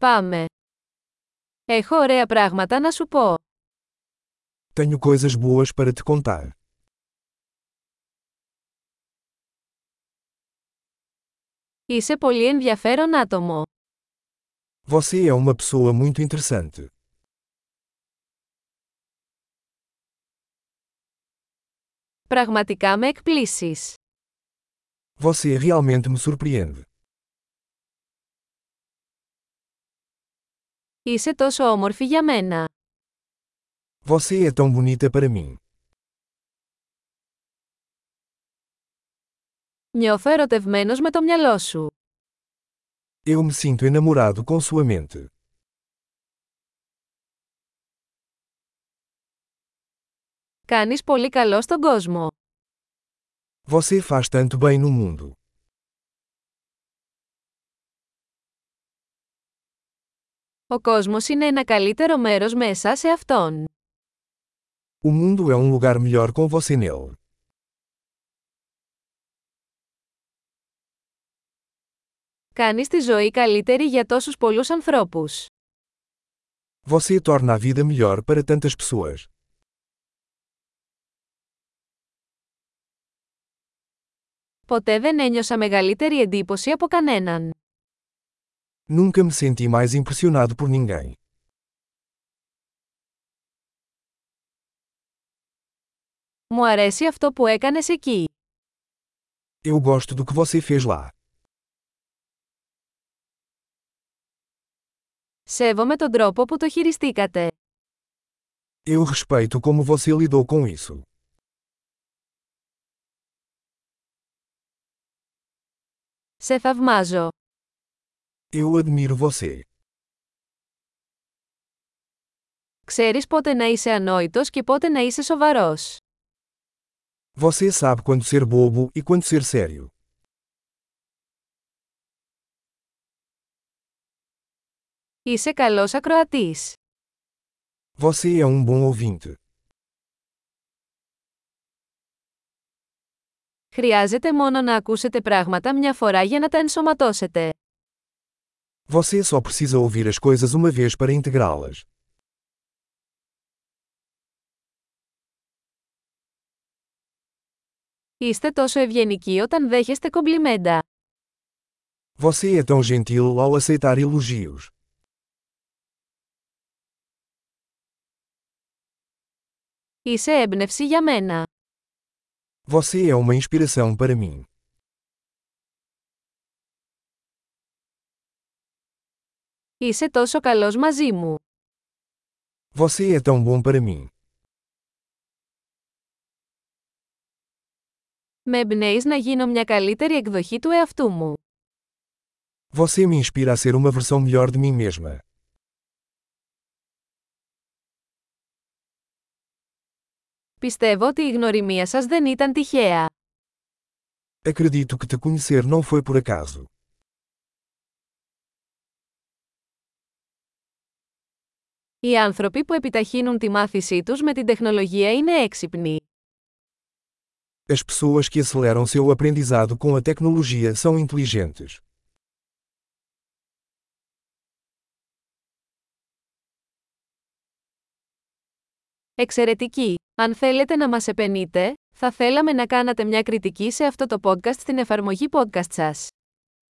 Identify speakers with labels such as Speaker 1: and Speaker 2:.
Speaker 1: Πάμε. Έχω ωραία πράγματα να σου πω.
Speaker 2: Tenho coisas boas para te contar.
Speaker 1: Είσαι πολύ ενδιαφέρον άτομο.
Speaker 2: Você é uma pessoa muito interessante.
Speaker 1: Πραγματικά με εκπλήσεις.
Speaker 2: Você realmente me surpreende.
Speaker 1: Είσαι τόσο όμορφη για μένα.
Speaker 2: Você é tão bonita para mim.
Speaker 1: Νιώθω ερωτευμένος με το μυαλό σου.
Speaker 2: Eu me sinto enamorado com sua mente.
Speaker 1: Κάνεις πολύ καλό στον κόσμο.
Speaker 2: Você faz tanto bem no mundo.
Speaker 1: Ο κόσμος είναι ένα καλύτερο μέρος μέσα σε αυτόν.
Speaker 2: O mundo é um lugar melhor com você nele.
Speaker 1: Κάνεις τη ζωή καλύτερη για τόσους πολλούς ανθρώπους.
Speaker 2: Você torna a vida melhor para tantas pessoas.
Speaker 1: Ποτέ δεν ένιωσα μεγαλύτερη εντύπωση από κανέναν.
Speaker 2: Nunca me senti mais impressionado por ninguém.
Speaker 1: Μου αρέσει αυτό που έκανες εκεί.
Speaker 2: Eu gosto do que você fez lá.
Speaker 1: Σέβομαι τον τρόπο που το χειριστήκατε.
Speaker 2: Eu respeito como você lidou com isso.
Speaker 1: Σε θαυμάζω.
Speaker 2: Eu admiro você.
Speaker 1: Ξέρεις πότε να είσαι ανόητος και πότε να είσαι σοβαρός.
Speaker 2: Você sabe quando ser bobo e quando ser sério.
Speaker 1: Είσαι καλός ακροατής.
Speaker 2: Você é um bom ouvinte.
Speaker 1: Χρειάζεται μόνο να ακούσετε πράγματα μια φορά για να τα ενσωματώσετε.
Speaker 2: Você só precisa ouvir as coisas uma vez para integrá-las.
Speaker 1: Είστε τόσο ευγενικοί όταν δέχεστε κομπλιμέντα.
Speaker 2: Você é tão gentil ao aceitar elogios.
Speaker 1: Είσαι έμπνευση για μένα.
Speaker 2: Você é uma inspiração para mim.
Speaker 1: Είσαι τόσο καλός μαζί μου.
Speaker 2: Você é tão bom para mim.
Speaker 1: Με εμπνέεις να γίνω μια καλύτερη εκδοχή του εαυτού μου.
Speaker 2: Você me inspira a ser uma versão melhor de mim mesma.
Speaker 1: Πιστεύω ότι η γνωριμία σας δεν ήταν τυχαία.
Speaker 2: Acredito que te conhecer não foi por acaso.
Speaker 1: Οι άνθρωποι που επιταχύνουν τη μάθησή τους με την τεχνολογία είναι έξυπνοι.
Speaker 2: As pessoas que aceleram seu aprendizado com a tecnologia são inteligentes.
Speaker 1: Εξαιρετική! Αν θέλετε να μας επενείτε, θα θέλαμε να κάνατε μια κριτική σε αυτό το podcast στην εφαρμογή podcast σας.